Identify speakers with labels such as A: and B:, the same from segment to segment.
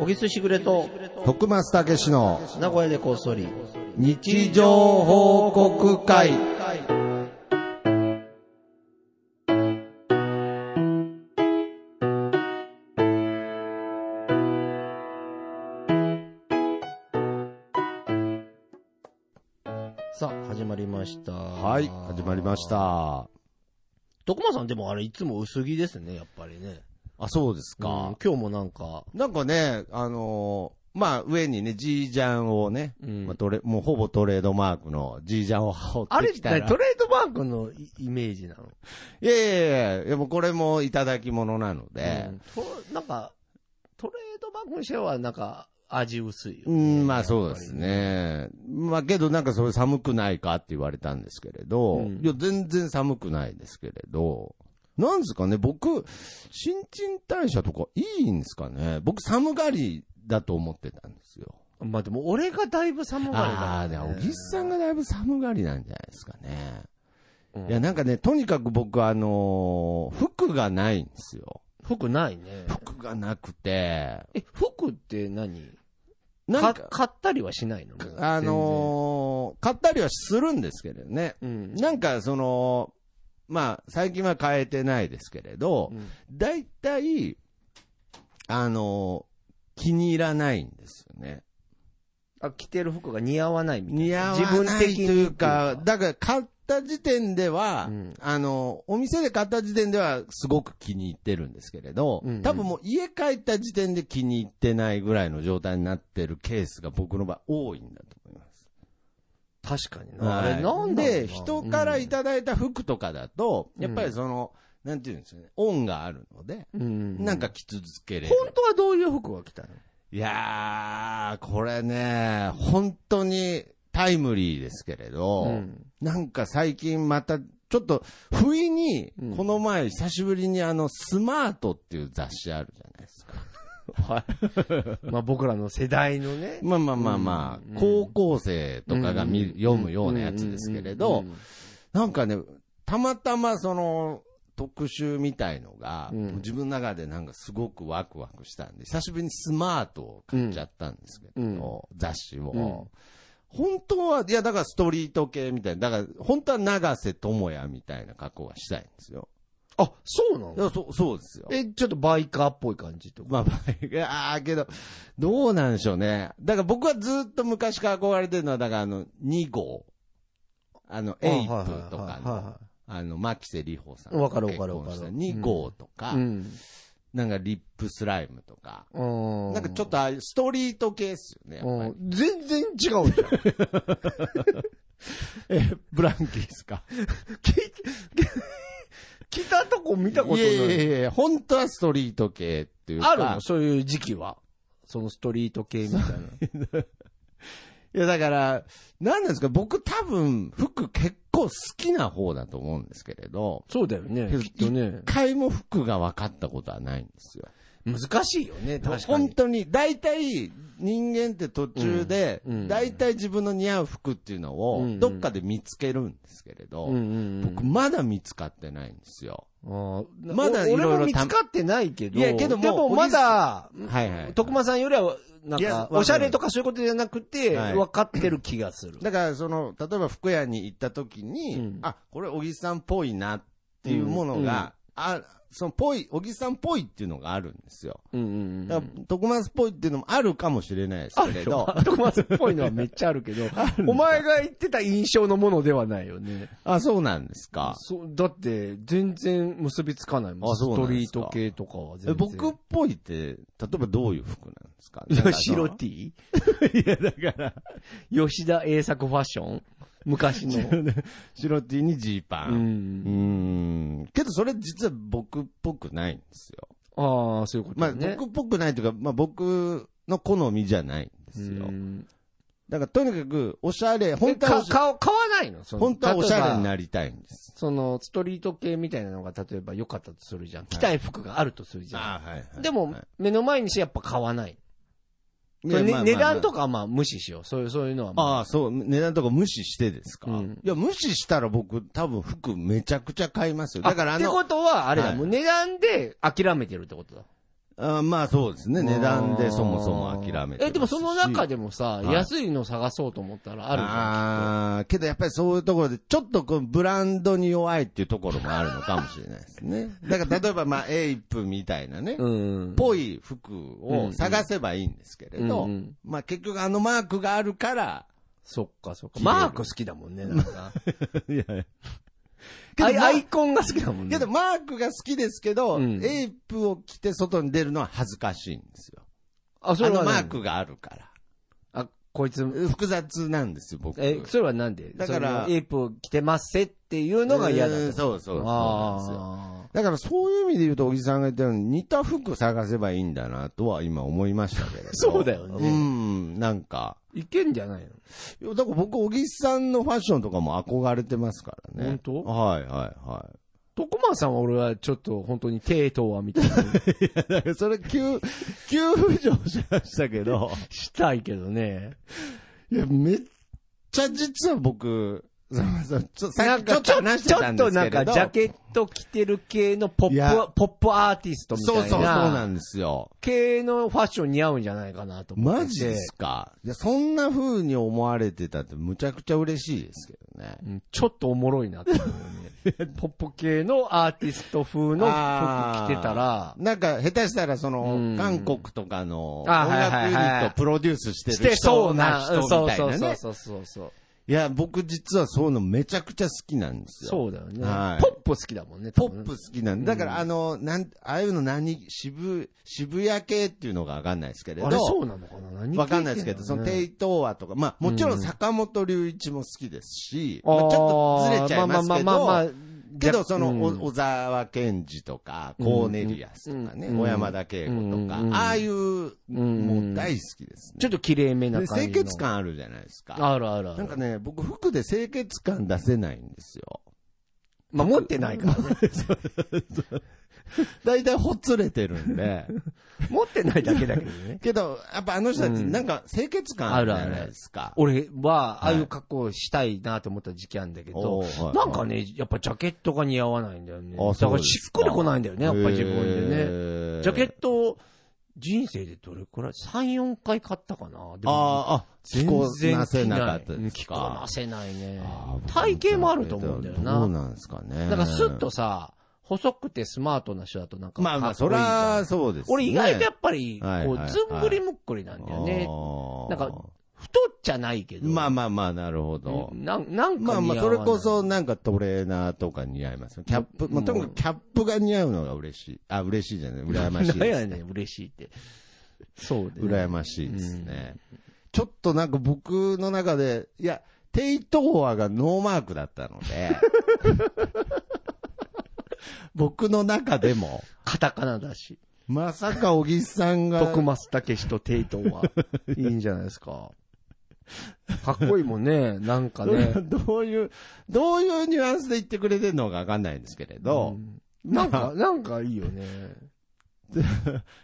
A: おぎすしぐれと、
B: 徳松たけしの
A: 名古屋でこっそり。
B: 日常報告会。
A: さあ、始まりました。
B: はい、始まりまし。た。
A: 徳間さんでもあれ、いつも薄着ですね、やっぱりね。
B: あ、そうです
A: うん
B: か。
A: 今日もなんか、
B: なんかね、あのーまあ、上にね、G ジャンをね、
A: うん
B: まあ、トレ、もうほぼトレードマークの G ジャンを羽織
A: あ
B: っ
A: れ
B: て
A: っ
B: き
A: て
B: た
A: トレ
B: ら。
A: ードマークのイイメージなの、
B: いやいやいや、でもこれもいただき物なので、
A: うんとなんか、トレードマークにしてはなんか、味薄いよ
B: う
A: ね、
B: ん、まあそうですね。まあけどなんかそれ寒くないかって言われたんですけれど、
A: うん
B: いや全然寒くないですけれど、なんですかね、僕、新陳代謝とかいいんですかね。僕寒がりだと思ってたんですよ。
A: まあでも俺がだいぶ寒がりだ
B: ああー、
A: ね
B: で、小木さんがだいぶ寒がりなんじゃないですかね。
A: うん
B: いや、なんかね、とにかく僕、あのー服がないんですよ。
A: 服ないね。
B: 服がなくて、
A: え、服って何
B: なん
A: か
B: か、
A: 買ったりはしないのもう
B: あのー買ったりはするんですけれどね。
A: 全然
B: なんかその、まあ、最近は変えてないですけれど
A: う、ん。
B: 大体、あの、気に入らないんですよね。
A: あ、着てる服が似合わないみたいな。
B: 似合わ
A: 自
B: な
A: 分
B: い
A: 的
B: と
A: に
B: いうか、だから買った時点では、
A: うん
B: あの、お店で買った時点ではすごく気に入ってるんですけれど、
A: うんうん
B: 多分もう家帰った時点で気に入ってないぐらいの状態になってるケースが僕の場合多いんだと思います。
A: 確かにな。
B: は
A: あ
B: い
A: れなんだろうな
B: で、人からいただいた服とかだと、
A: うん
B: やっぱりその、なんていうんですよね、恩があるので、
A: うん。
B: なんか、着続けれる。
A: 本当はどういう服が着たの
B: いやー、これね、本当にタイムリーですけれど、
A: うん
B: なんか最近また、ちょっと、不意に
A: うん、
B: この前、久しぶりにあの、スマートっていう雑誌あるじゃないですか。
A: はい。まあ僕らの世代のね。
B: まあまあまあま
A: うん
B: あ、高校生とかが見る
A: うん
B: 読むようなやつですけれど、
A: うん、
B: なんかね、たまたまその、特集みたいのが、
A: うん
B: 自分の中でなんかすごくワクワクしたんで、久しぶりにスマートを買っちゃったんですけど、雑誌を。
A: うん
B: 本当は、いや、だからストリート系みたいな、だから本当は永瀬智也みたいな格好がしたいんですよ。
A: あ、そうないの
B: やそうそうですよ。
A: え、ちょっとバイカーっぽい感じとか。
B: まあまあ、いやーけど、どうなんでしょうね。だから僕はずっと昔から憧れてるのは、だからあの、2号。あの、エイプとか
A: はいはいはい
B: の
A: は、
B: あの、牧瀬里穂さんと。
A: わかるわかるわかる
B: 結婚した2号とか、
A: いうん。
B: なんかリップスライムとか。
A: うん
B: なんかちょっとああいうストリート系っすよね、やっぱり。
A: うん全然違うじゃん。
B: え、ブランキーですか。
A: 着たとこ見たこと
B: い
A: な
B: や
A: い。
B: いやいやいや、本当はストリート系っていうか。
A: あるのそういう時期は。そのストリート系みたいな。
B: いや、だから、なんなんですか、僕多分、服結構好きな方だと思うんですけれど。
A: そうだよね
B: けど
A: きっとね
B: 一。回も服が分かったことはないんですよ。
A: 難しいよね、確か
B: 本
A: に。
B: 当に、大体人間って途中で
A: うんうん、
B: 大体自分の似合う服っていうの
A: うんう
B: を
A: ん
B: どっかで見つけるんですけ
A: う
B: れ
A: んう
B: ど、
A: んうん
B: 僕まだ見つかってないんですよ。
A: あー
B: まだ
A: お俺
B: いろい
A: も
B: ろ
A: 見
B: た
A: つかってないけど。
B: いやけども
A: でもまだ、
B: はいはい。
A: 徳間さんよりは、なん
B: いや
A: か
B: わ、かる
A: おしゃれとかそういうことじゃなくて、
B: はい
A: 分かってる気がする。
B: だから、その、例えば服屋に行った時
A: う
B: に
A: ん、
B: あ、これ小木さんっぽいなっていうものが、あ、そのぽい、小木さんっぽいっていうのがあるんですよ。
A: うんうん
B: だから、徳松っぽいっていうのもあるかもしれないです
A: あ
B: け
A: る
B: れ
A: よ
B: ど。。
A: 徳間さんっぽいのはめっちゃあるけ ど、お前が言ってた印象のものではないよね。
B: あ、そうなんですか。
A: そうだって、全然結びつかないもん。
B: あそう
A: ス
B: な
A: ト
B: んで
A: リ
B: す
A: ー
B: か
A: ト系とかは全然。
B: え僕っぽいって、例えばどういう服なんですか
A: 白 T? いや、だから、吉田栄作ファッション昔の。
B: 白 T にジーパ
A: う。
B: ン。うんん。んけどそれ実は僕っぽくないんですよ。
A: ああ、そういうこと
B: まあ、
A: ね。
B: 僕っぽくないというか、まあ僕の好みじゃないんですよ
A: う。ん
B: だからとにかく、おしゃれ、
A: 本
B: 本
A: 当
B: 当は
A: は
B: おしゃ、
A: 買買わないのその
B: 本当はおしゃれに
A: 例えば
B: なりたいんです。
A: その、ストリート系みたいなのが例えば良かったとするじゃん。着たい服があるとするじゃん。
B: あ、はい、
A: でも、目の前にしてやっぱ買わない。それね
B: いやまあまあまあ
A: 値段とかはまあ無視しよう。そういう、そういうのはまあ。
B: ああ、そう、値段とか無視してですか、
A: うん
B: いや、無視したら僕、多分服めちゃくちゃ買いますよ。だからあ
A: って
B: の、
A: ことは、あれだ、
B: はい
A: もう値段で諦めてるってことだ。
B: あまあそうですね。値段でそもそも諦めて
A: え、でもその中で
B: で
A: もさ、
B: はい
A: 安いの探そうと思ったらあるじゃん。
B: ああ、けどやっぱりそういうところで、ちょっとこうブランドに弱いっていうところもあるのかもしれないですね。だから例えば、まあ、エイプみたいなね、
A: うん。
B: ぽい服を探せばいいんですけれど、
A: うんうん
B: まあ結局あのマークがあるから、
A: そっかそっか。
B: れる
A: マーク好きだもんね、なんか。
B: い
A: ア
B: やア
A: イ
B: イ
A: アイコンが好きだもんね
B: け。どマークが好きですけど、
A: うん
B: エイプを着て外に出るのは恥ずかしいんですよ。
A: あ、そ
B: あ
A: れ
B: の
A: は
B: マ
A: 何
B: ー。クがあるから。
A: あ、こいつ、
B: 複雑なんですよ、僕。
A: え、それはなんで
B: だから
A: そのエイプを着てますせっていうのが嫌だ
B: う
A: と
B: んそうそうそうなんですよ。
A: あ
B: だからそういう意味で言うと、小木さんが言ったように、似た服探せばいいんだなとは今思いましたけれど。
A: そうだよね
B: うん、なんか。
A: ーいけんじゃないの
B: いやだから僕、小木さんのファッションとかも憧れてますからね。
A: 本当
B: はいはいは
A: 徳間さんは俺はちょっと本当に低等はみ たいな
B: い。だから それ急、急浮上しましたけど、
A: したいけどね。
B: いや、めっちゃ実は僕、 そうそうちょ
A: な
B: さっ
A: ん
B: きちょ
A: か
B: っと話してたんですけ
A: ちょっ
B: れど
A: となんかジャケット着てる系のポ
B: い
A: ッ
B: や
A: プ、ポップアーティストみたい
B: そう
A: な。
B: そうそうなんですよ。
A: 系のファッション似合うんじゃないかなと思ってて。
B: マジですかいや、そんな風に思われてたってむちゃくちゃ嬉しいですけどね。
A: うんちょっとおもろいなって思う よね。ポップ系のアーティスト風の服着てたら、
B: なんか、下手したら、そ
A: うん
B: の、韓国とかの音
A: あはい
B: 楽
A: はいはい
B: ユニットプロデュースして
A: し
B: る
A: てそ
B: 人
A: う
B: な
A: な、
B: 人
A: うん
B: み
A: そう
B: たい
A: そう
B: な
A: そ
B: ね
A: う。そうそうそう。
B: いや、僕実はそういうのめちゃくちゃ好きなんですよ。
A: そうだよね。
B: はい
A: ポップ好きだもんね、
B: ポ
A: 多分
B: ップ好きなんだから、あの、なん、ああいうの何、渋、渋谷系っていうのがわかんないですけれど。
A: あれそうなのかな何聞いての
B: わかんないですけど、そのテ
A: ね
B: イトーアとか、まあもちろん坂本隆一も好きですし、
A: あー
B: まあちょっとずれちゃいますけ
A: まあまあまあま
B: ど
A: あ、
B: けどその、
A: うん
B: お小沢健二とか、コーネリアスとかね、
A: うん
B: 小山田圭吾とか、
A: うん
B: ああいう、
A: ん
B: もう大好きですね。
A: ちょっと綺麗めな
B: で
A: 感じの。
B: 清潔感あるじゃないですか。
A: あるあるある。
B: なんかね、僕服で清潔感出せないんですよ。
A: まあ、持ってないから ね。
B: だいたいほつれてる んで。
A: 持ってないだけだけどね。
B: けど、やっぱあの人たち、なんか清潔感あるじゃないですか。
A: 俺は、ああ
B: はい
A: いう格好をしたいなと思った時期あるんだけど、
B: おーはい
A: なんかね、やっぱジャケットが似合わないんだよね。
B: あ
A: だ
B: そう
A: か
B: で
A: らし
B: す
A: っ
B: か
A: くりこないんだよね、やっぱり自分でね。
B: ね
A: ジャケットを、人生でどれくらい ?3、4回買ったかなでも、
B: ああ、あ、
A: 全然
B: 着こなせ
A: 着
B: な
A: な
B: か
A: い
B: ったです
A: 着こな
B: か。
A: せないね
B: あー。
A: 体型もあると思うんだよ
B: そう
A: な。
B: なんですかね。
A: だからスッと。さ、細くてスマートな人だとなんか、
B: まあまあ、
A: かっ
B: そ
A: こいいじゃん
B: ら、そうですね。
A: 俺意外とやっぱり、こ、
B: はいはいうはい
A: ずんぐりむっくりなんだよね。
B: あ
A: な
B: ー
A: んか太っちゃないけど。
B: まあまあまあ、なるほど。
A: なんなんか似合
B: まあ
A: わな
B: ま
A: い
B: あ、それこ、そなんかトレーナーとか似合いますよ。キャップ、まあ、とにかくキャップが似合うのが嬉しい。あ、嬉しいじゃない、羨まし い
A: なん
B: です
A: や。ねん、嬉しいって。そうで、ね。
B: 羨ましいですね。ちょっとなんか僕の中で、いや、テイトーアがノーマークだったの で、僕の中でも、
A: カタカナだし。
B: まさか小木さ んが、
A: 徳松武史とテイト ンは、いいんじゃないですか。かっこいいもんね、なんかね。
B: どういう、どういうニュアンスで言ってくれてるのかわかんないんですけれど、
A: うんなん か、なんかいいよね。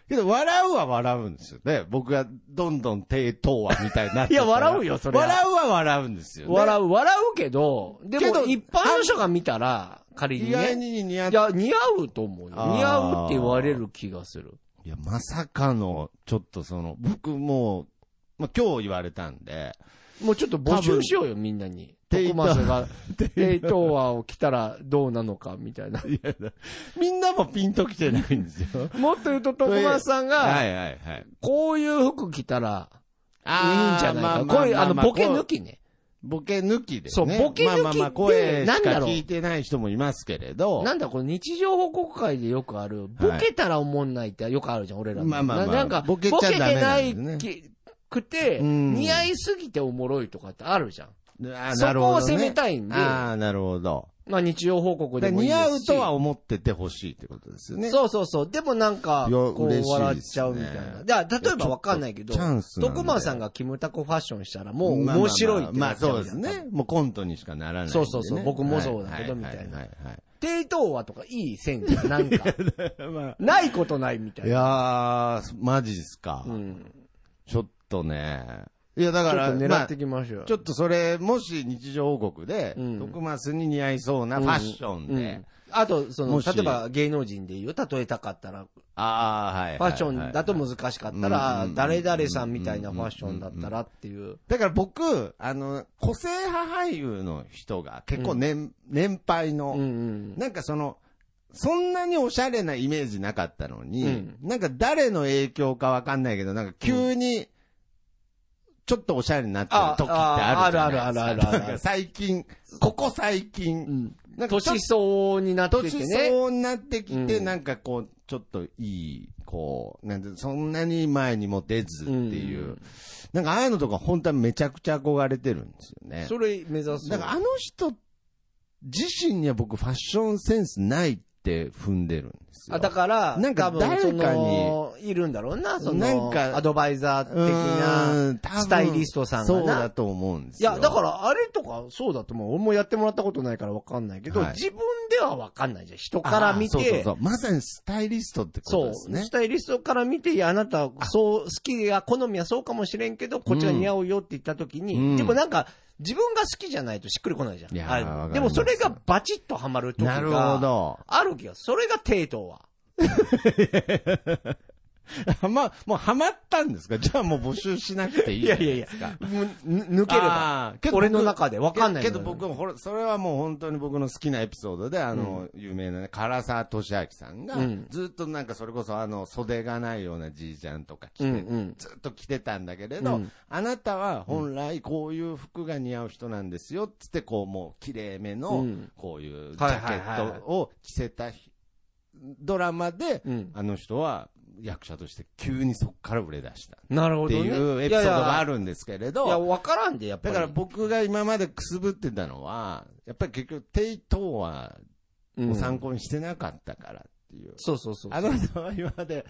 B: けど笑うは笑うんですよね。僕がどんどん低等話みたいになって
A: いや、笑
B: う
A: うよ、それは。
B: 笑うは笑うんですよ、ね。
A: 笑う、笑うけど、で
B: け
A: も
B: ど
A: 一般の人が見たら、仮に
B: 意
A: ね。
B: 外に似合っ
A: いや、似合うと思うよ。
B: あー
A: 似合うって言われる気がする。
B: いや、まさかの、ちょっとその、僕もう、まあ、今日言われたんで、
A: もうちょっと募集しようよ、みんなに。
B: テイ
A: 徳松が、 テイトワを着たらどうなのか、みたいな。
B: みんなもピンときてないんです よ。
A: もっと言うと、徳松さん
B: は
A: が、
B: いはいはい。
A: こういう服着たら、いいんじゃないか。こういう、あの、ボケ抜
B: き。
A: きね。
B: ボケ抜きですね。
A: そうボケ抜きって
B: まあまあまあ、声しか
A: なんだろう
B: 聞いてない人もいますけれど。
A: なんだ、この日常報告会でよくある、ボケたら思んないってよくあるじゃん、俺らの。
B: まあまあまあ
A: ななんか、ボ
B: ボ
A: ケ
B: ケ
A: て
B: ちゃダメな
A: なん
B: で
A: い
B: すね
A: きくて、
B: うん
A: 似合いすぎておもろいとかってあるじゃん。
B: あー
A: そ
B: なる
A: こ
B: ほ
A: を
B: ど
A: 攻
B: ね
A: めたいんで、
B: ああ、なるほど。
A: まあ日常報告で
B: だから
A: もいいで
B: 似
A: すし。
B: 合うとは思っててほしいってことですよね。
A: そうそうそう。でもなんか、
B: いや
A: こ
B: 嬉
A: う
B: しいですね
A: 笑っちゃうみたいな。じゃあ、例えばわかんないけど、
B: いやちょっとチャンスなんで
A: 徳間さんがキムタコファッションしたらもう面白いって
B: ま
A: な
B: あ
A: っちゃ
B: そうう
A: じ
B: で
A: ゃん。
B: すね。もうコントにしかならないんで
A: そ
B: ね。
A: うそうそう僕もそうだけど
B: はい
A: みたいな
B: はははい
A: 低等話とかいい線じゃん。なんか、 ないことないみたい
B: い
A: な。
B: やー、マジですか。
A: うん。
B: ちょっとね。いや、だ
A: ちょ
B: か
A: っと
B: ら、ま
A: 狙っ
B: あ
A: てきましょうよ。
B: ちょっとそれ、もし日常王国で、
A: うん
B: 徳松に似合いそうなファッション
A: うんうん
B: で、
A: あと、その、
B: もし
A: 例えば芸能人で言う、例えたかったら、
B: ああ、はい。
A: ファッションだと難しかった
B: う
A: ら
B: ん、
A: 誰々さんみたいなファッションだったらっていう。
B: だから僕、あの、個性派俳優の人が結構年、年配の、
A: うんうん。
B: なんかその、そんなにおしゃれなイメージなかったのに、
A: うん
B: なんか誰の影響かわかんないけど、なんか急に、ちょっとおしゃれになってる時ってあるじゃないです
A: あ
B: か。
A: ああるあるあるあるある
B: なんか最近、ここ最近、
A: うん。
B: なんかちょっ
A: 年相応になって
B: 年
A: てね。
B: 相応になってきて、
A: うん
B: なんかこう、ちょっといい、こう、なんて、そんなに前にも出ずっていう、
A: うん
B: なんかああいうのとか本当はめちゃくちゃ憧れてるんですよね。
A: それ目指す。
B: だからあの人自身には僕ファッションセンスないって踏んでるんですよ。
A: あだから、
B: なんか
A: 多分そ
B: 誰か
A: の、いるんだろうな、その、
B: なんか
A: アドバイザー的な。
B: うーん多分
A: スタイリストさんがな
B: そうだと思うんで
A: い
B: すよ。
A: や、だから、あれとか、そうだと思う。俺もやってもらったことないからわかんないけど、
B: はい
A: 自分ではわかんないじゃん。人から見て、
B: あーそうそうそう。まさにスタイリストってこと
A: そう
B: ですね
A: ス。タイリストから見て、いや、あなた、そう、好きや、好みはそうかもしれんけど、こっちが似合うよって言った時に、
B: うん
A: でもなんか、自分が好きじゃないとしっくりこないじゃん。
B: いやー
A: あれ
B: わかります
A: でもそれがバチッとはまる時が、
B: なるほど。
A: ある気が、それが帝東は。
B: は ま、もうハマったんですかじゃあもう募集しなくていい
A: い
B: じゃ
A: や
B: ない
A: いやい
B: で
A: や
B: すか。いやいや、
A: む抜ければ。
B: けど僕
A: 俺の中でわかんない
B: け
A: のよ
B: ど僕もほら、それはもう本当に僕の好きなエピソードで、あの、有名なね、唐沢俊明さんが、
A: うん
B: ずっとなんかそれこそあの、袖がないようなじいちゃんとか着て、
A: うんうん。
B: ずっと着てたんだけれど、
A: うん
B: あなたは本来こういう服が似合う人なんですよ、つってこうもう綺麗め
A: う
B: の
A: ん、
B: こういうジャケットを着せたひドラマで、
A: うん。
B: あの人は役者として急にそこから売れ出した。
A: なるほ
B: って
A: ど、ね。
B: いうエピソードがあ
A: る。
B: るんですけれ
A: いや、
B: ど、
A: わからんで、やっぱり。
B: だから僕が今までくすぶってたのは、やっぱり結局、テイトーは
A: うん、
B: 参考にしてなかったからっていう。
A: そうそうそう。
B: あなたは今まで、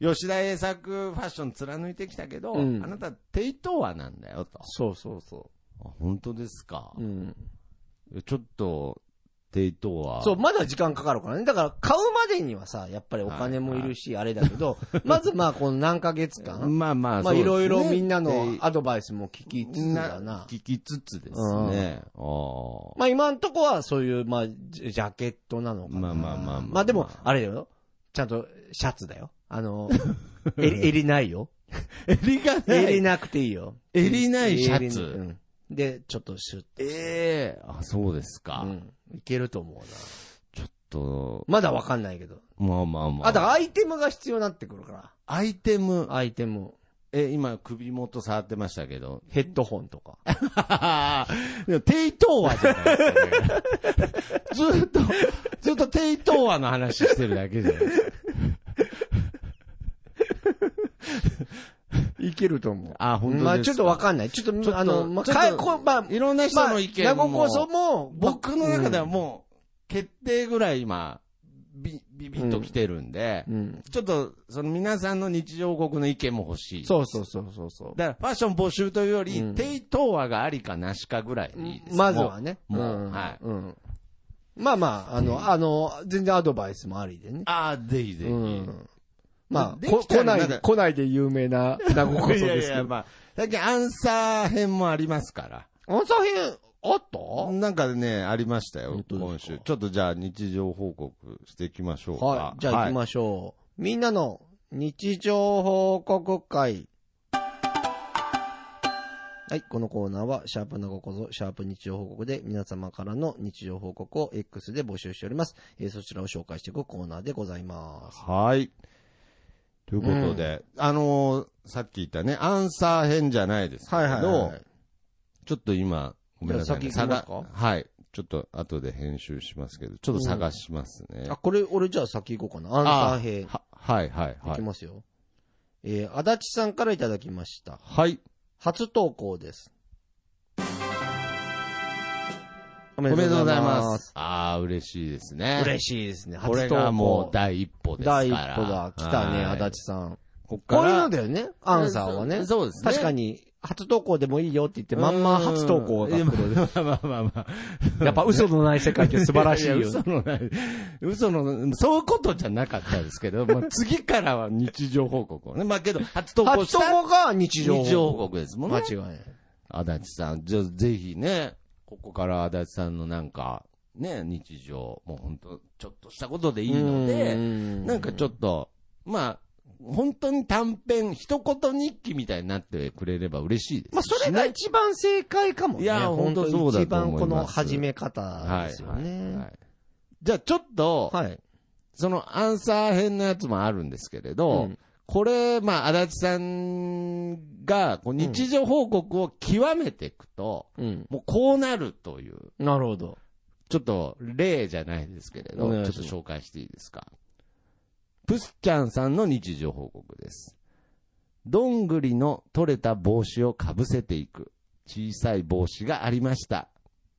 B: 吉田栄作ファッション貫いてきたけど、
A: うん
B: あなたテイトーはなんだよと。
A: そうそうそ
B: あ本当ですか
A: う。。うん。
B: ちょっと、テイトーは。
A: そう、まだ時間かかるからね。だから、買うまでにはさ、やっぱりお金もいるし、あれだけ ど、まずまあ、この何ヶ月間、
B: まあま
A: ま
B: あ、そ
A: あ、
B: うで
A: い
B: すね
A: ろいろみんなの
B: で
A: アドバイスも聞きつつだな。
B: 聞きつつですね。あー
A: まあ、今んとこは、そういう、まあ、ジジャケットなのかな。
B: まあまあまあまあ
A: まあ、でも、あれだよ。ちゃんと、シャツだよ。あの、え襟ないよ。
B: 襟がない。
A: 襟なくていいよ。
B: 襟ないシャ
A: 襟う
B: ツ。
A: んで、ちょっとシュッ
B: ええあ、そうですか。
A: と。うん。いけると思うな。
B: ちょっと、
A: まだわかんないけど。
B: まあまあまあ。
A: あ、だからアイテムが必要になってくるか
B: アイテム
A: ら。。アイテム。
B: え、今、首元触ってましたけど。
A: ヘッドホンとか。
B: でもテイトーアじゃないですか、ね。ずっと、ずっとテイトーアの話してるだけじゃないですか。
A: いけると思う。
B: あ、本当です
A: ま
B: か。
A: あちょっとわかんない。ちょっと、
B: ちょっと
A: あの、まあ、
B: ちょっと
A: かえこまあ、
B: いろんな人の意見
A: まあ、
B: も。
A: 名古こそも、
B: 僕の中では
A: ま
B: もう、決定ぐらい今、ビ、ビビッと来てるんで
A: あ、う、ん。
B: ちょっと、その皆さんの日常国の意見も欲しい。
A: そうそうそうそうそう。
B: だから、ファッション募集というより、
A: うん
B: テイトーアがありかなしかぐらいでいいです。
A: まずはね。
B: もう
A: うん
B: もうはい
A: うん。まあまあ、あの、あの、全然アドバイスもありでね。
B: ああ、ぜひぜひ。
A: うん。まあ、
B: で
A: こ
B: きた
A: 来
B: ら
A: な
B: なんか
A: い、来ないで有名な名古こそ
B: いや
A: で
B: い
A: すけ
B: や、
A: ど。
B: まあ、最近アンサー編もありますから。
A: あの作品、あった
B: なんかね、ありましたよ
A: 本、当ですか
B: 今週。ちょっとじゃあ日常報告していきましょうか。
A: はい。じゃあ行き
B: はい
A: ましょう。みんなの日常報告会。はい。このコーナーは、シャープなごこぞ、シャープ日常報告で皆様からの日常報告を X で募集しております。えーそちらを紹介していくコーナーでございます。
B: はい。ということで、あのーさっき言ったね、アンサー編じゃないですけど、ちょっと今、ごめんなさい、ね。
A: じゃあ先行きますか
B: 探はい。ちょっと後で編集しますけど、ちょっと探しますね。
A: あ、これ、俺じゃあ先行こうかな。アンサー編。
B: は、はいはい
A: い
B: は
A: き
B: い。
A: ますよ。えー、足立さんからいただきました。
B: はい。
A: 初投稿です。お
B: お
A: め
B: めでとうございます。。ああ、嬉しいですね。
A: 嬉しいですね。初
B: これ
A: 投
B: が
A: 稿
B: もう第一歩ですから。
A: 第一歩だ。来たね、
B: はい
A: 足立さん。
B: こっか
A: こ
B: ら
A: ういうのだよね、アンサーはね。
B: そうですね。
A: 確か
B: に。
A: に、初投稿でもいいよって言って、まんま初投稿が来る。
B: まあまあまあまあ。
A: やっぱ嘘のない世界って素晴らしいよ
B: やや嘘のない、嘘の、そういうことじゃなかったですけど、まあ次からは日常報告をね。まあけど、初投稿
A: 初
B: した
A: 投稿が日
B: 日
A: 常。
B: 常報告ですもん
A: 間
B: ね
A: 違。いない。
B: 足立さん、じゃあぜひね、ここから足立さんのなんか、ね、日常、もう本当ちょっとしたことでいいので、なんかちょ
A: っ
B: っと、まあ、本当に短編、一言日記みたいになってくれれば嬉しいです。
A: まあ、それが一番正解かもね。
B: いや
A: 本当
B: 本当そうだ
A: 一
B: と
A: 番
B: 思います
A: この始め方
B: はい
A: ですよね。
B: はいはいじゃあちょっと、
A: はい。
B: そのアンサー編のやつもあるんですけれど、
A: うん
B: これ、まあ、足立さんがこう日常報告を極めていくと、
A: うん。
B: もうこうなるという、
A: なるほど。
B: ちょっと例じゃないですけれど
A: お、願いし
B: ちょ
A: ま
B: っ
A: す
B: と紹介していいですか。プスちゃんさんの日常報告です。どんぐりの取れた帽子をかぶせていく。小さい帽子がありました。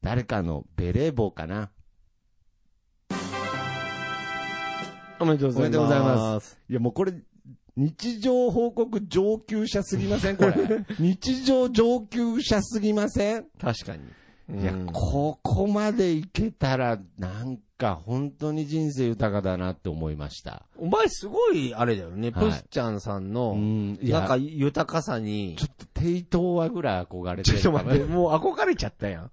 B: 誰かのベレー帽かな。
A: おめでとう。
B: ございますおめでとうございますいや、もうこれ、日常報告上級者すぎません これ。日常上級者すぎません
A: 確かに。
B: いや、ここまでいけたら、なんか本当に人生豊かだなって思いました。
A: お前すごい、あれだよね。
B: はい
A: プスちゃんさん
B: う
A: の、
B: ん、いや、
A: なんか豊かさに
B: ち、ょっと低等話ぐらい憧れて
A: ちょ
B: る
A: っと
B: かな
A: 待って、 もう憧れちゃったやん。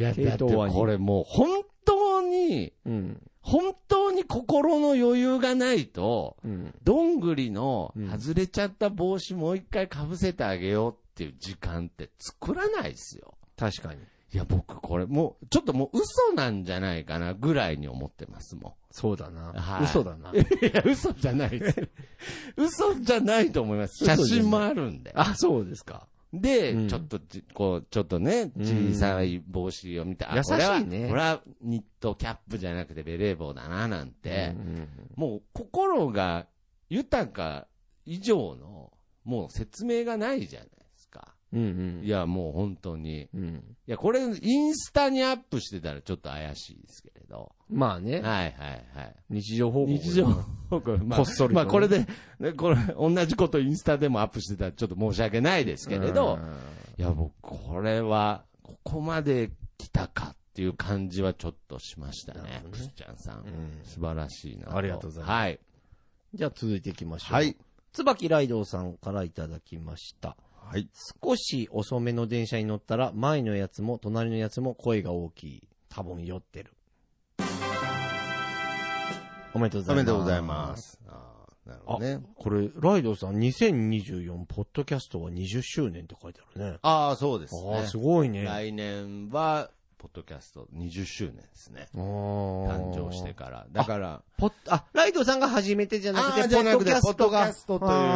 B: や、
A: 低
B: だって
A: 等話に
B: これもう本当に、
A: うん。
B: 本当に心の余裕がないと、
A: うん。
B: どんぐりの
A: うん
B: 外れちゃった帽子もう一回被せてあげようっていう時間って作らないですよ。
A: 確かに。
B: いや、僕これもう、ちょっともう嘘なんじゃないかなぐらいに思ってますもん。
A: そうだな。
B: はい
A: 嘘だな。
B: いや、嘘じゃないです。嘘じゃないと思います。写真もあるんで。
A: あ、そうですか。
B: で、
A: うん
B: ちょっとじ、こう、ちょっとね、
A: うん
B: 小さい帽子を見て、あ
A: 優しいね
B: これは、これはニットキャップじゃなくてベレー帽だな、なんて、
A: うん
B: もう心が豊か以上の、もう説明がないじゃないですか。
A: うん
B: いや、もう本当に。い
A: うん。うん。
B: や、これ、インスタにアップしてたらちょっと怪しいですけれど。
A: まあ
B: はい
A: ね、
B: はいはい。
A: 日常報告。
B: 日常報告、まあ、
A: こっそりとね
B: まあ、これで、ねこれ、同じことインスタでもアップしてたらちょっと申し訳ないですけれど、いや、僕、これは、ここまで来たかっていう感じはちょっとしました
A: なる
B: ね
A: ほ。どね
B: プスちゃんさん
A: う。ん。
B: 素晴らしいな。
A: ありがとうございます
B: はい。
A: じゃあ続いていきましょう。
B: はい。。
A: 椿ライドウさんからいただきました。
B: はい。
A: 少し遅めの電車に乗ったら、前のやつも隣のやつも声が大きい。多分酔ってる。おめでとうござ
B: お
A: います。
B: めでとうございま。す。あーなるほどね。
A: これ、ライドウさん、2024ポッドキャストは20周年って書いてあるね。
B: ああ、そうです
A: ああ、
B: ね
A: す。ごいね。
B: 来年は、ポッドキャスト20周年ですね。誕
A: 誕
B: 生してから。だから、
A: ポッあ、ライドさんが初めてじゃな
B: あ
A: く
B: ー
A: て、
B: じ
A: ポ
B: ゃ
A: ッ
B: な
A: ド
B: く
A: キ
B: て
A: ャ
B: ポッ
A: ス
B: ド
A: ト
B: キ
A: が
B: ャ。ストというコンテンツ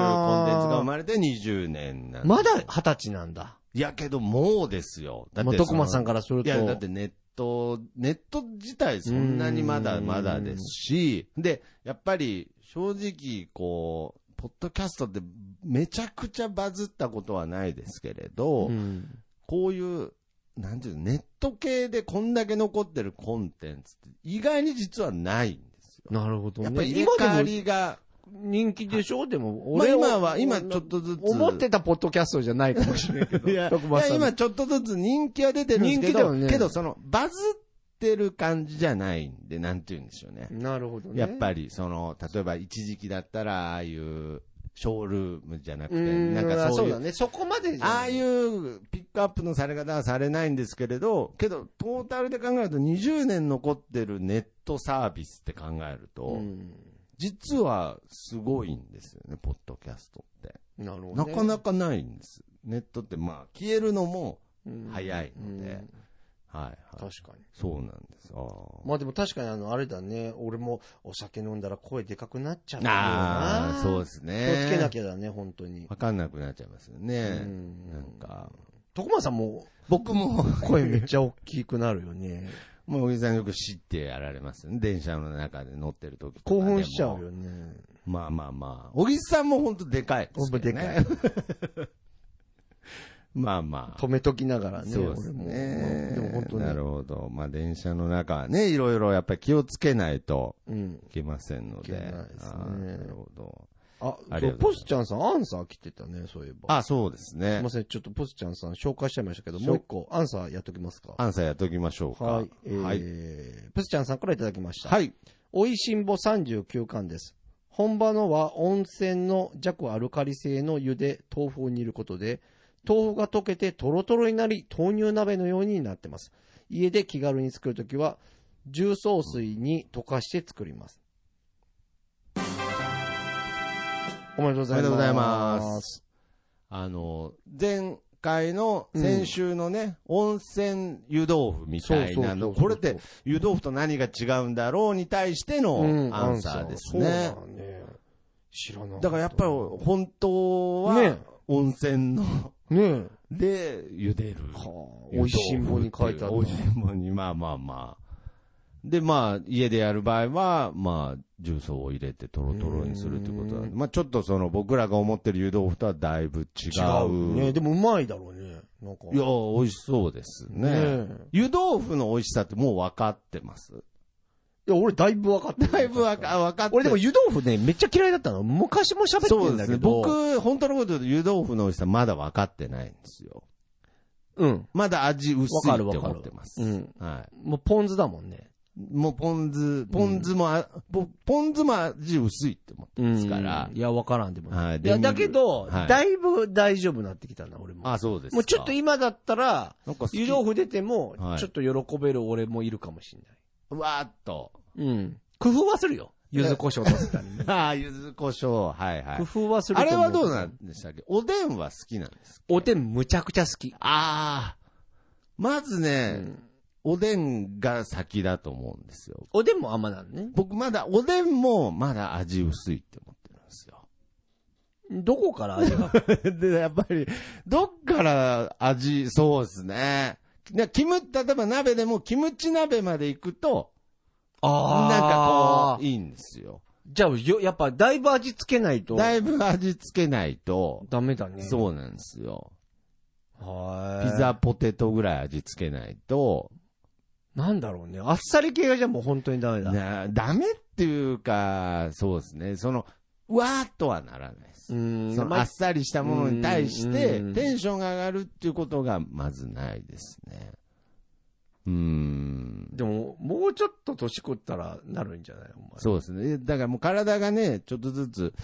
B: が生まれて20年なんで
A: まだ二十歳なんだ。
B: いやけど、もうですよ。だ
A: まあ、徳間さん
B: が
A: からする
B: い
A: と。
B: や、だってネット、ネット自体そんなにまだまだですし、で、やっぱり正直、こう、ポッドキャストってめちゃくちゃバズったことはないですけれど、
A: うん
B: こういう、なんていうの、ネット系でこんだけ残ってるコンテンツって意外に実はないんですよ。
A: なるほどね。
B: やっぱり入れ替わりが、
A: 人気でしょでも、
B: まあ
A: 俺
B: 今は、今ちょっとずつ。
A: 思ってたポッドキャストじゃないかもしれないけど。
B: い や、
A: 徳間さん
B: いや今ちょっとずつ人気は出てるんですけ
A: 人気だ
B: ど、
A: よね
B: けどその、バズってる感じじゃないんで、なんて言うんでしょうね。
A: なるほどね。
B: やっぱ
A: り。
B: り、その、例えば一時期だったら、ああいう、ショールームじゃな
A: う
B: くて、
A: ん、
B: な
A: なんん
B: か
A: か
B: そ
A: そうう
B: い
A: だ
B: う、
A: ね。そこまでじゃ。
B: ああいううピックアップのされ方はされないんですけれど、けど、トータルで考えると20年残ってるネットサービスって考えると、
A: うん
B: 実はすごいんですよね、ポッドキャストって。
A: なるほど
B: な
A: ね。
B: かなかないんです。ネットって、まあ、消えるのも、
A: うん
B: 早いの
A: うん
B: ではい、はい。
A: 確かに。
B: そうなんです。あ
A: まあでも確かにあの、あれだね。俺もお酒飲んだら声でかくなっちゃうん
B: あ。
A: だよ
B: あ
A: な。
B: あ、そうです
A: 気
B: ね。
A: をつけなきゃだね、本当に。
B: わかんなくなっちゃいますよね
A: う。ん
B: なんか、
A: 徳間さんも
B: 僕も、
A: 声めっちゃ大きくなるよね。
B: もう小木さんよく知ってやられますよね。電車の中で乗ってる時とかで
A: 興
B: も
A: 奮しちゃうよね。
B: まあまあまあ。小木さんも本当でかいですけどね。
A: ほん
B: でかい。 まあまあ
A: 止。めときながらね。
B: そうです
A: 俺
B: ね。
A: もまあでも本当に。
B: なるほど。まあ電車の中はね、いろいろやっぱり気をつけないと
A: うん。
B: いけませんので。
A: いけないですね
B: あーなるほど。
A: あ、
B: あ
A: そ、
B: りがとうございうます
A: ポスちゃんさん、アンサー来てたね、そういえば。
B: あ、そうです
A: すい
B: ね
A: ま。せん、ちょっとポスちゃんさん紹介しちゃいましたけど、
B: 紹
A: もう一個、アンサーやっときますか。
B: アンサーやっときましょうか。
A: はい。えー
B: はい。
A: ポスちゃんさんからいただきました。
B: はい。
A: おいしんぼ39巻です。本場のは温泉の弱アルカリ性の湯で豆腐を煮ることで、豆腐が溶けてトロトロになり、豆乳鍋のようになってます。家で気軽に作るときは、重曹水に溶かして作ります。おめでとうご
B: お
A: ざ
B: め
A: います。
B: でとうございます。あの、前回の先週のね、温泉湯豆腐みたいなの、これって、湯豆腐と何が違うんだろうに対してのアンサーですね。
A: そうだね。知らな
B: だからやっぱり本当
A: ね
B: は温泉の、
A: り、ねえ。
B: で茹でる。
A: はあ、美味しんぼに書いてある
B: お
A: な。
B: いしんぼに、まあまあまあ。で、まあ、家でやる場合は、まあ、重曹を入れてトロトロにするってことなんで、まあちょっとその僕らが思ってる湯豆腐とはだいぶ違
A: 違う。
B: う。
A: ねでもうまいだろうね。なんか。
B: いや、美味しそうですね。
A: ね
B: 湯豆腐の美味しさってもう分かってます。
A: いや、俺だいぶ分かってる
B: だいぶ分か分かって
A: 俺でも湯豆腐ね、めっちゃ嫌いだったの。昔も喋っ
B: そ
A: て
B: うんで
A: だ
B: す
A: け
B: ね。
A: ど。、
B: 僕、本当のこと言うと湯豆腐の美味しさまだ分かってないんですよ。
A: うん。
B: まだ味薄い
A: わか
B: って
A: るわかる
B: 思ってます。
A: うん
B: は
A: もうポン酢だもんね。
B: い。もうポン酢、ポン酢もあ、ぼポン酢も味薄いって思ってますから
A: うん。いや、分からんでもない。
B: はい
A: い
B: で
A: や、
B: も
A: だけど、
B: はい
A: だいぶ大丈夫になってきたな、俺も。
B: あ、そうですか。
A: もうちょっと今だったら、
B: なんか好き
A: 湯豆腐出ても
B: は、い
A: ちょっと喜べる俺もいるかもしれない。
B: うわーっと。
A: うん。工夫はするよ。柚子胡椒出すために。
B: ああ、柚子胡椒。はいは
A: 工
B: い。
A: 夫はすると
B: あ
A: 思
B: れはどうなんでしたっけおでんは好きなんですか
A: おでんむちゃくちゃ好き。
B: ああ。まずね、おでんが先だと思うんですよ。
A: おでんもあんまなんね。
B: 僕まだ、おでんもまだ味薄いって思ってるんですよ。
A: どこ から味が。
B: で、やっぱり、どっから味、そうですね。なキム、例えば鍋でもキムチ鍋まで行くと、
A: あ
B: なんかこう、
A: う。
B: いいんですよ。
A: じゃあ、よ、やっぱ、だいぶ味付けないと。
B: だいぶ味付けないと、
A: ダメだね。う。
B: そうなんですよ。
A: は
B: ピ
A: い。
B: ザポテトぐらい味付けないと、
A: なんだろうね。あっさり系がじゃあもう本当にダメだ。
B: なダメっていうか、そうですね。その、うわーっとはならないです
A: う。ん。
B: そのあっさりしたものに対して
A: う、ん
B: テンションが上がるっていうことがまずないですね。うーん。
A: でも、もうちょっと年食ったらなるんじゃないお前。
B: そうですね。だからもう体がね、ちょっとずつ、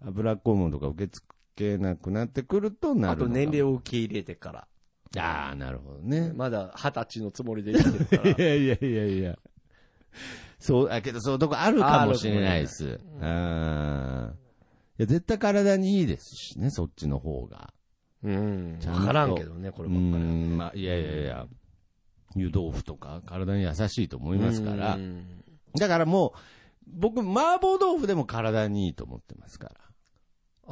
B: ブラックホルモンとか受け付けなくなってくるとな
A: あ
B: るの
A: と
B: かも
A: 年齢を受け入れてから。
B: ああ、なるほどね。
A: まだ二十歳のつもりで生きてる
B: い
A: か
B: やいやいやいや。そう、だけどそういうとこあるかもしれないです。うん。いや、絶対体にいいですしね、そっちの方が。
A: ら。 うん。
B: ちゃんと
A: わからんけどね、こ
B: う
A: ればっかりは。
B: ん、まあ、いやいやいや。湯豆腐とか体に優しいと思いますから
A: う。ん
B: だからもう、僕、麻婆豆腐でも体にいいと思ってますから。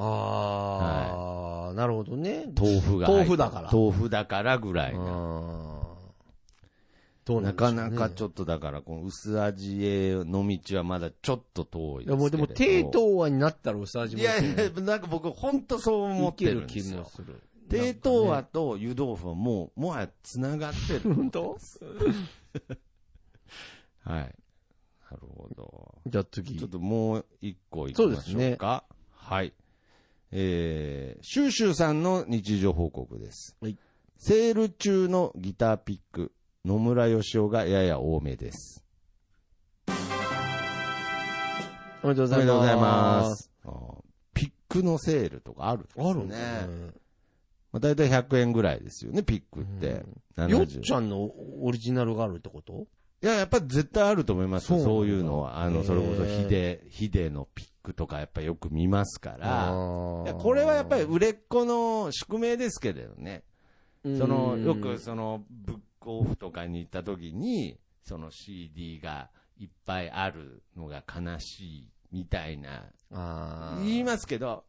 A: ああ、なるほどね。
B: 豆腐が入って。
A: 豆腐だから
B: 豆腐だからぐらいな。
A: あーどうな
B: なん
A: でしょ
B: か
A: うね
B: なかちょっとだから、この薄味への道はまだちょっと遠い
A: い
B: ですけれ
A: や
B: ど。
A: もうでも、低等和になったら薄味も
B: い
A: いけ
B: や
A: る
B: いや、なんか僕、本当そう思ってるんで
A: 気
B: す
A: も
B: よ。
A: する。
B: 低糖和と湯豆腐はもう、もはや繋がってる。
A: 本当
B: はい。なるほど。
A: じゃあ次
B: ちょっともう一個いきまし
A: そう
B: ょ
A: で
B: う
A: すね
B: か。はい。えー、シューシューさんの日常報告です。
A: はい
B: セール中のギターピック、野村義雄がやや多めです。
A: おめでとうご
B: おめでとうございます。あーピックのセールとかあるんです
A: あるね。
B: まあ、大体100円ぐらいですよね、ピックって。
A: よっ
B: 70
A: ちゃんのオリジナルがあるってこと
B: いや、やっぱ絶対あると思います
A: そう
B: よ
A: なんだ
B: そういうのは。あ
A: へ
B: の、
A: ー
B: それこそヒデ、ヒデのピックとかやっぱよく見ますから。いやこれはやっぱり、売れっ子の宿命ですけれどね。その、よくその、ブックオフとかに行った時に、その CD がいっぱいあるのが悲しいみたいな、
A: あー
B: 言いますけど、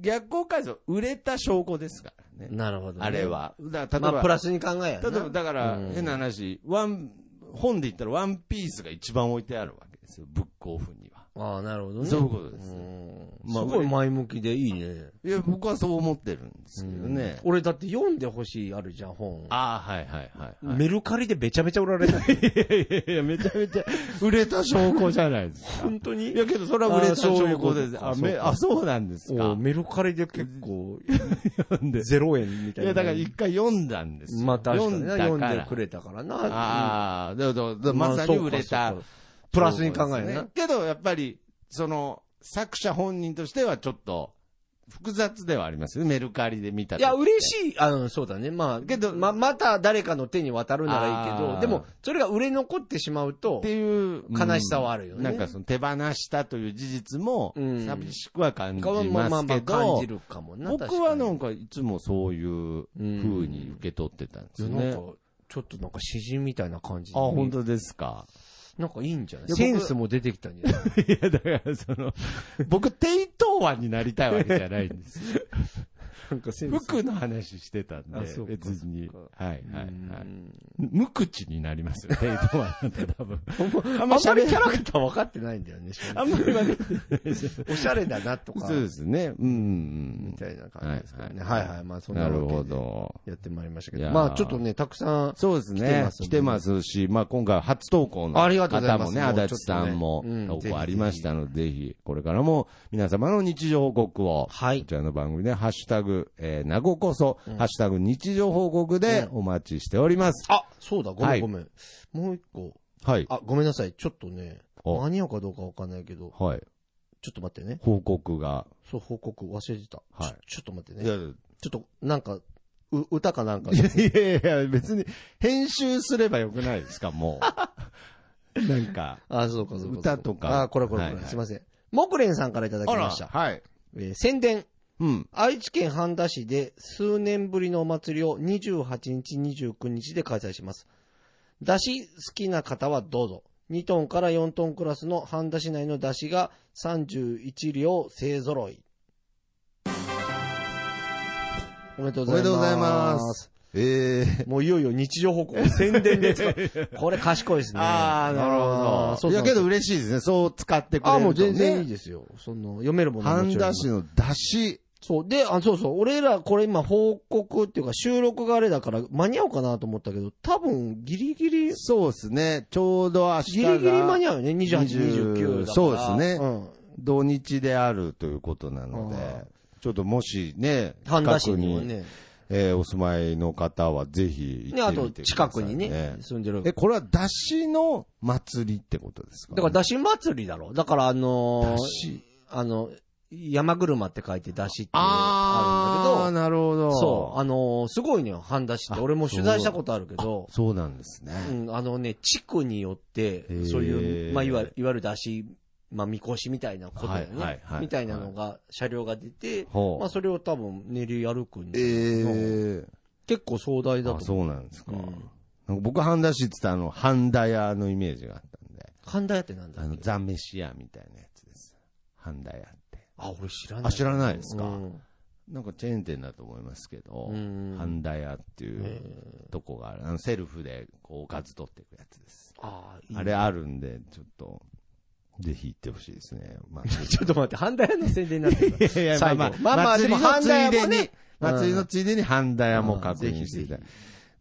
B: 逆を返すと売れた証拠ですからね。
A: なるほどね。
B: あれは。だから例え
A: まあ、
B: ば
A: プラスに考えや
B: 例
A: な。
B: えばだから
A: うん、
B: 変な話、ワン、本で言ったらワンピースが一番置いてあるわけですよ、ブックオフには。
A: ああ、なるほどね。
B: そういうことです
A: うん
B: まあ
A: すごい前向きでいいね。
B: いや、僕はそう思ってるんですけどね。
A: 俺だって読んでほしいあるじゃん、本。
B: ああ、はいはいはい、はい。
A: メルカリでめちゃめちゃ売られた。
B: いやいや、めちゃめちゃ売れた証拠じゃないですか。
A: 本当に
B: いや、けどそれは売れた証拠です。
A: あ
B: あ、
A: ーそうい
B: め
A: うこと
B: あそうなんです
A: お
B: か。
A: メルカリで結 構、
B: んで
A: 0円みた
B: い
A: いな。
B: や、だから一回読んだんですよ。
A: まあ確かにな
B: 読
A: 読
B: ん
A: ん
B: だから
A: でくれたからな。
B: ああ、だからだから
A: うん
B: まさに
A: そう
B: 売
A: か
B: れた
A: そう。かプラスに考える
B: そうです
A: な
B: ね。けど、やっぱり、その、作者本人としてはちょっと、複雑ではありますよね。メルカリで見た
A: いや、
B: 時
A: 嬉しい。あの、そうだね。まあ、けど、ま、また誰かの手に渡るならいいけ
B: あ
A: ど、
B: ー
A: でも、それが売れ残ってしまうと
B: っ、ていう、うん
A: 悲しさはあるよね
B: なんかその手放したという事実も
A: うん、
B: 寂しくは感じ
A: ま
B: ますけど、
A: あまあまあ感じるかもな。
B: 僕はなんかいつもそういう風に受け取ってたんです
A: 確か
B: よ
A: に、いや
B: ね。
A: なん
B: あ
A: か、ちょっとなんか詩人みたいな感じ、で
B: 本当ですか。
A: なんかいいんじゃない
B: いや僕
A: センスも出てきたんじゃない
B: いや、だからその、 僕、テイトーワンになりたいわけじゃないんです。
A: なんかセ
B: 服の話してたんで
A: あそう、か
B: 別に
A: そう。
B: はい、はい、は
A: はいい。
B: 無口になります よ、テイトーワンなんて多分。
A: あんまりキャラクター分かってないんだよね。
B: あんまりまで。
A: おしゃれだなとか
B: そ、うですね。うん
A: みたいな感じですからね。
B: は
A: はいい
B: はい
A: はい。まあそ
B: うん。
A: んな
B: なるほ
A: わけで
B: ど。
A: やってまいりましたけ
B: いや
A: ど。
B: ー
A: まあちょっとね、たくさん
B: そうですね。来
A: 来
B: て
A: て
B: ま
A: ます
B: し、まあ今回初投稿の
A: ありがとうござ
B: 方
A: いま
B: も
A: す
B: ね、
A: もう
B: 足立さんも
A: ちょっとねうん
B: 投
A: ぜひぜ
B: 稿
A: ひ
B: ありましたので、ぜひ、これからも皆様の日常報告を、
A: はい
B: こちらの番組で、ハッシュタグ、えー、なごこそ、ハッシュタグ日常報告でお待ちしております。
A: あ、そうだ、ご
B: は
A: め
B: い
A: んごめん。もう一個。
B: はい。
A: あ、ごめんなさい。ちょっとね、
B: お
A: 間に合うかどうかわかんないけど、
B: はい。
A: ちょっと待ってね。
B: 報告が。
A: そう、報告忘れてた。
B: は
A: ち
B: い
A: ょちょっと待って
B: いや
A: ね。ちょっと、なんか、う、歌かなんか。
B: いやいやいや、別に、編集すればよくないですか、も う。なんか。
A: あ、そうかそうか。
B: 歌とか
A: あ、これこれ
B: は
A: こ
B: い
A: れ。
B: はい
A: すいません。木蓮さんからいただきました。
B: はい。
A: えー宣伝。
B: うん。
A: 愛知県半田市で数年ぶりのお祭りを28日29日で開催します。出汁好きな方はどうぞ。2トンから4トンクラスの半田市内の出汁が31両勢揃い。おめでとうございます。
B: おめでとうございます。ええ。
A: もういよいよ日常報告 を宣伝ですか これ賢いですね。
B: ああ、なる
A: あー
B: ほ
A: そ
B: ど。
A: う
B: い
A: そう
B: や、けど嬉しいですね。そう使ってく
A: あ
B: れると、
A: あ、
B: ね。
A: もう全然いいですよ。その、読めるものも
B: 半
A: ちろん
B: 田市の出汁。
A: そう。で、あ、そうそう。俺ら、これ今、報告っていうか、収録があれだから、間に合うかなと思ったけど、多分、ギリギリ、
B: そうですね。ちょうど明日
A: ギリギリ間
B: が
A: に合うよね。28、29だから。
B: そうですね
A: うん。
B: 土日であるということなので、ちょっともしね、
A: 半田市
B: 近く
A: にも、ね。
B: えーお住まいの方はぜひ
A: ね、
B: 行っ
A: あ
B: て
A: と
B: み、てくだ
A: 近
B: さ
A: く
B: い、ね。
A: にね、住んでる。
B: え、これは出汁の祭りってことですか、
A: だから、出汁祭りだろ。だから、あのー
B: 出汁
A: あの、山車って書いて出汁ってあるん
B: あ
A: だ
B: あ、
A: けど、
B: なるほど。
A: そう、あのーすごいのよ、半田市って。
B: あ
A: 俺も取材したことあるけど、
B: そうなんですね。
A: うん、あのね、地区によって
B: へー、
A: そういう、まあ、いわゆるいわゆる出し、まあ、みこしみたいなことだよね、
B: はいはいはい
A: みたいなのが、車両が出て、
B: ほう。
A: まあ、それを多分練り歩くん
B: え
A: で、
B: ー
A: 結構壮大だ
B: あ、
A: と思う。
B: そうなんですか。
A: うん
B: なんか僕、半田市って言ったら、あの、半田屋のイメージがあったんで、
A: 神田屋ってなんだ
B: あ
A: っ
B: の、
A: け
B: ザ・メシアみたいなやつです。半田屋って。
A: あ、俺知らない。
B: あ、知らないですか、
A: うん
B: なんかチェーン店だと思いますけど、
A: うん
B: 半田屋っていうとこがある。あの、セルフで、こう、おかず取っていくやつです。
A: あーいい
B: あれあるんで、ちょっと、ぜひ行ってほしいですね。ま あ、
A: ちょっと待って、神田屋の宣伝になってる。
B: いやいや、まあ
A: 最後
B: まあ、
A: まあまあ
B: 祭
A: で
B: り
A: も
B: の
A: 半
B: つ
A: 田屋
B: い
A: もね
B: でに、
A: うん
B: 祭りのついでに半田屋も確認していただいて。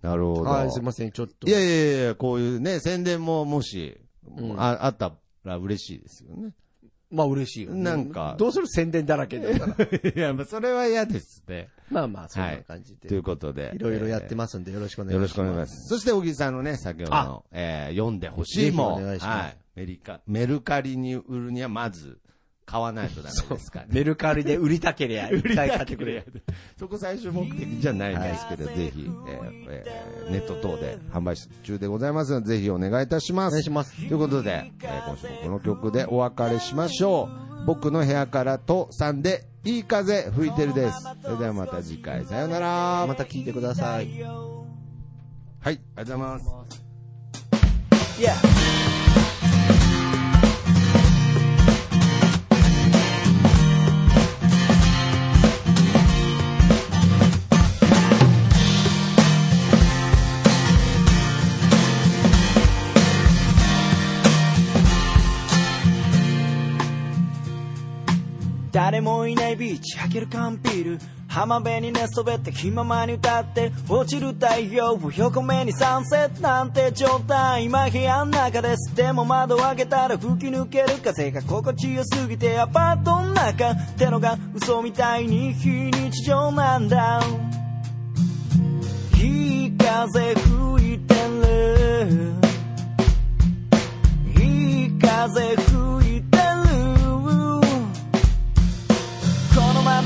B: なるほど。
A: はい、すいません、ちょっと。
B: いやいやいや、こういうね、宣伝ももし、
A: ん
B: ああったら嬉しいですよね。
A: まあ、嬉しいよ、ね。
B: なんか
A: どうする宣伝だらけ だから。
B: いや、まあ、それは嫌ですね。
A: まあまあ、そんな感じ
B: とい
A: で。
B: うことで。
A: いろいろやってますんで、よろしくお
B: え
A: 願
B: ー
A: いし
B: よ
A: ます。
B: ろしくお願いします。そして、小木さんのね、先ほどの、えー読んでほしいも
A: ぜひお願いします
B: はい。メリカ、メルカリに売るには、まず、買わないとダメですからね。
A: メルカリで 売りたけりゃ、一回買ってくれ。
B: そこ最終目的じゃないんですけど、ぜひ、えーえーネット等で販売中でございますので、ぜひお願いいたしま
A: お願い
B: す
A: し。ます。
B: ということで、えー今週もこの曲でお別れしましょう。僕の部屋からとさんでいい風吹いてるです。それではまた次回、さようなら。
A: また聞いてください。
B: はい、ありがとうございます。
C: Yeah.「誰もいないビーチ開ける缶ビール」「浜辺に寝そべって気ままに歌って」「落ちる太陽を横目にサンセットなんて状態」「今部屋の中です」「でも窓を開けたら吹き抜ける風が心地よすぎて」「アパートの中ってのが嘘みたいに非日常なんだ」「いい風吹いてる」「いい風吹いてる」このま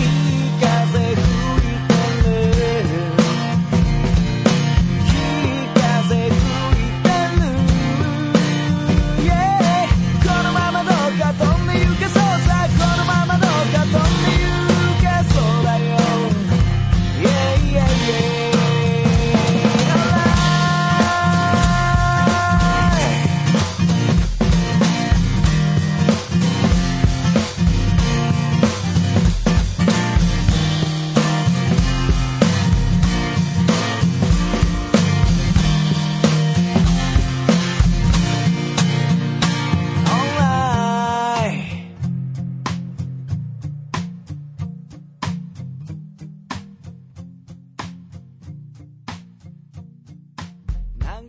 C: いい風吹いてるいい風吹いてる Yeah このままどうか飛んで行けそうさこのままどうか飛んで行けそうだよ Yeah, yeah, yeah. Alright.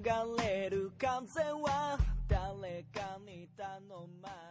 C: 流れる風は誰かに頼まれ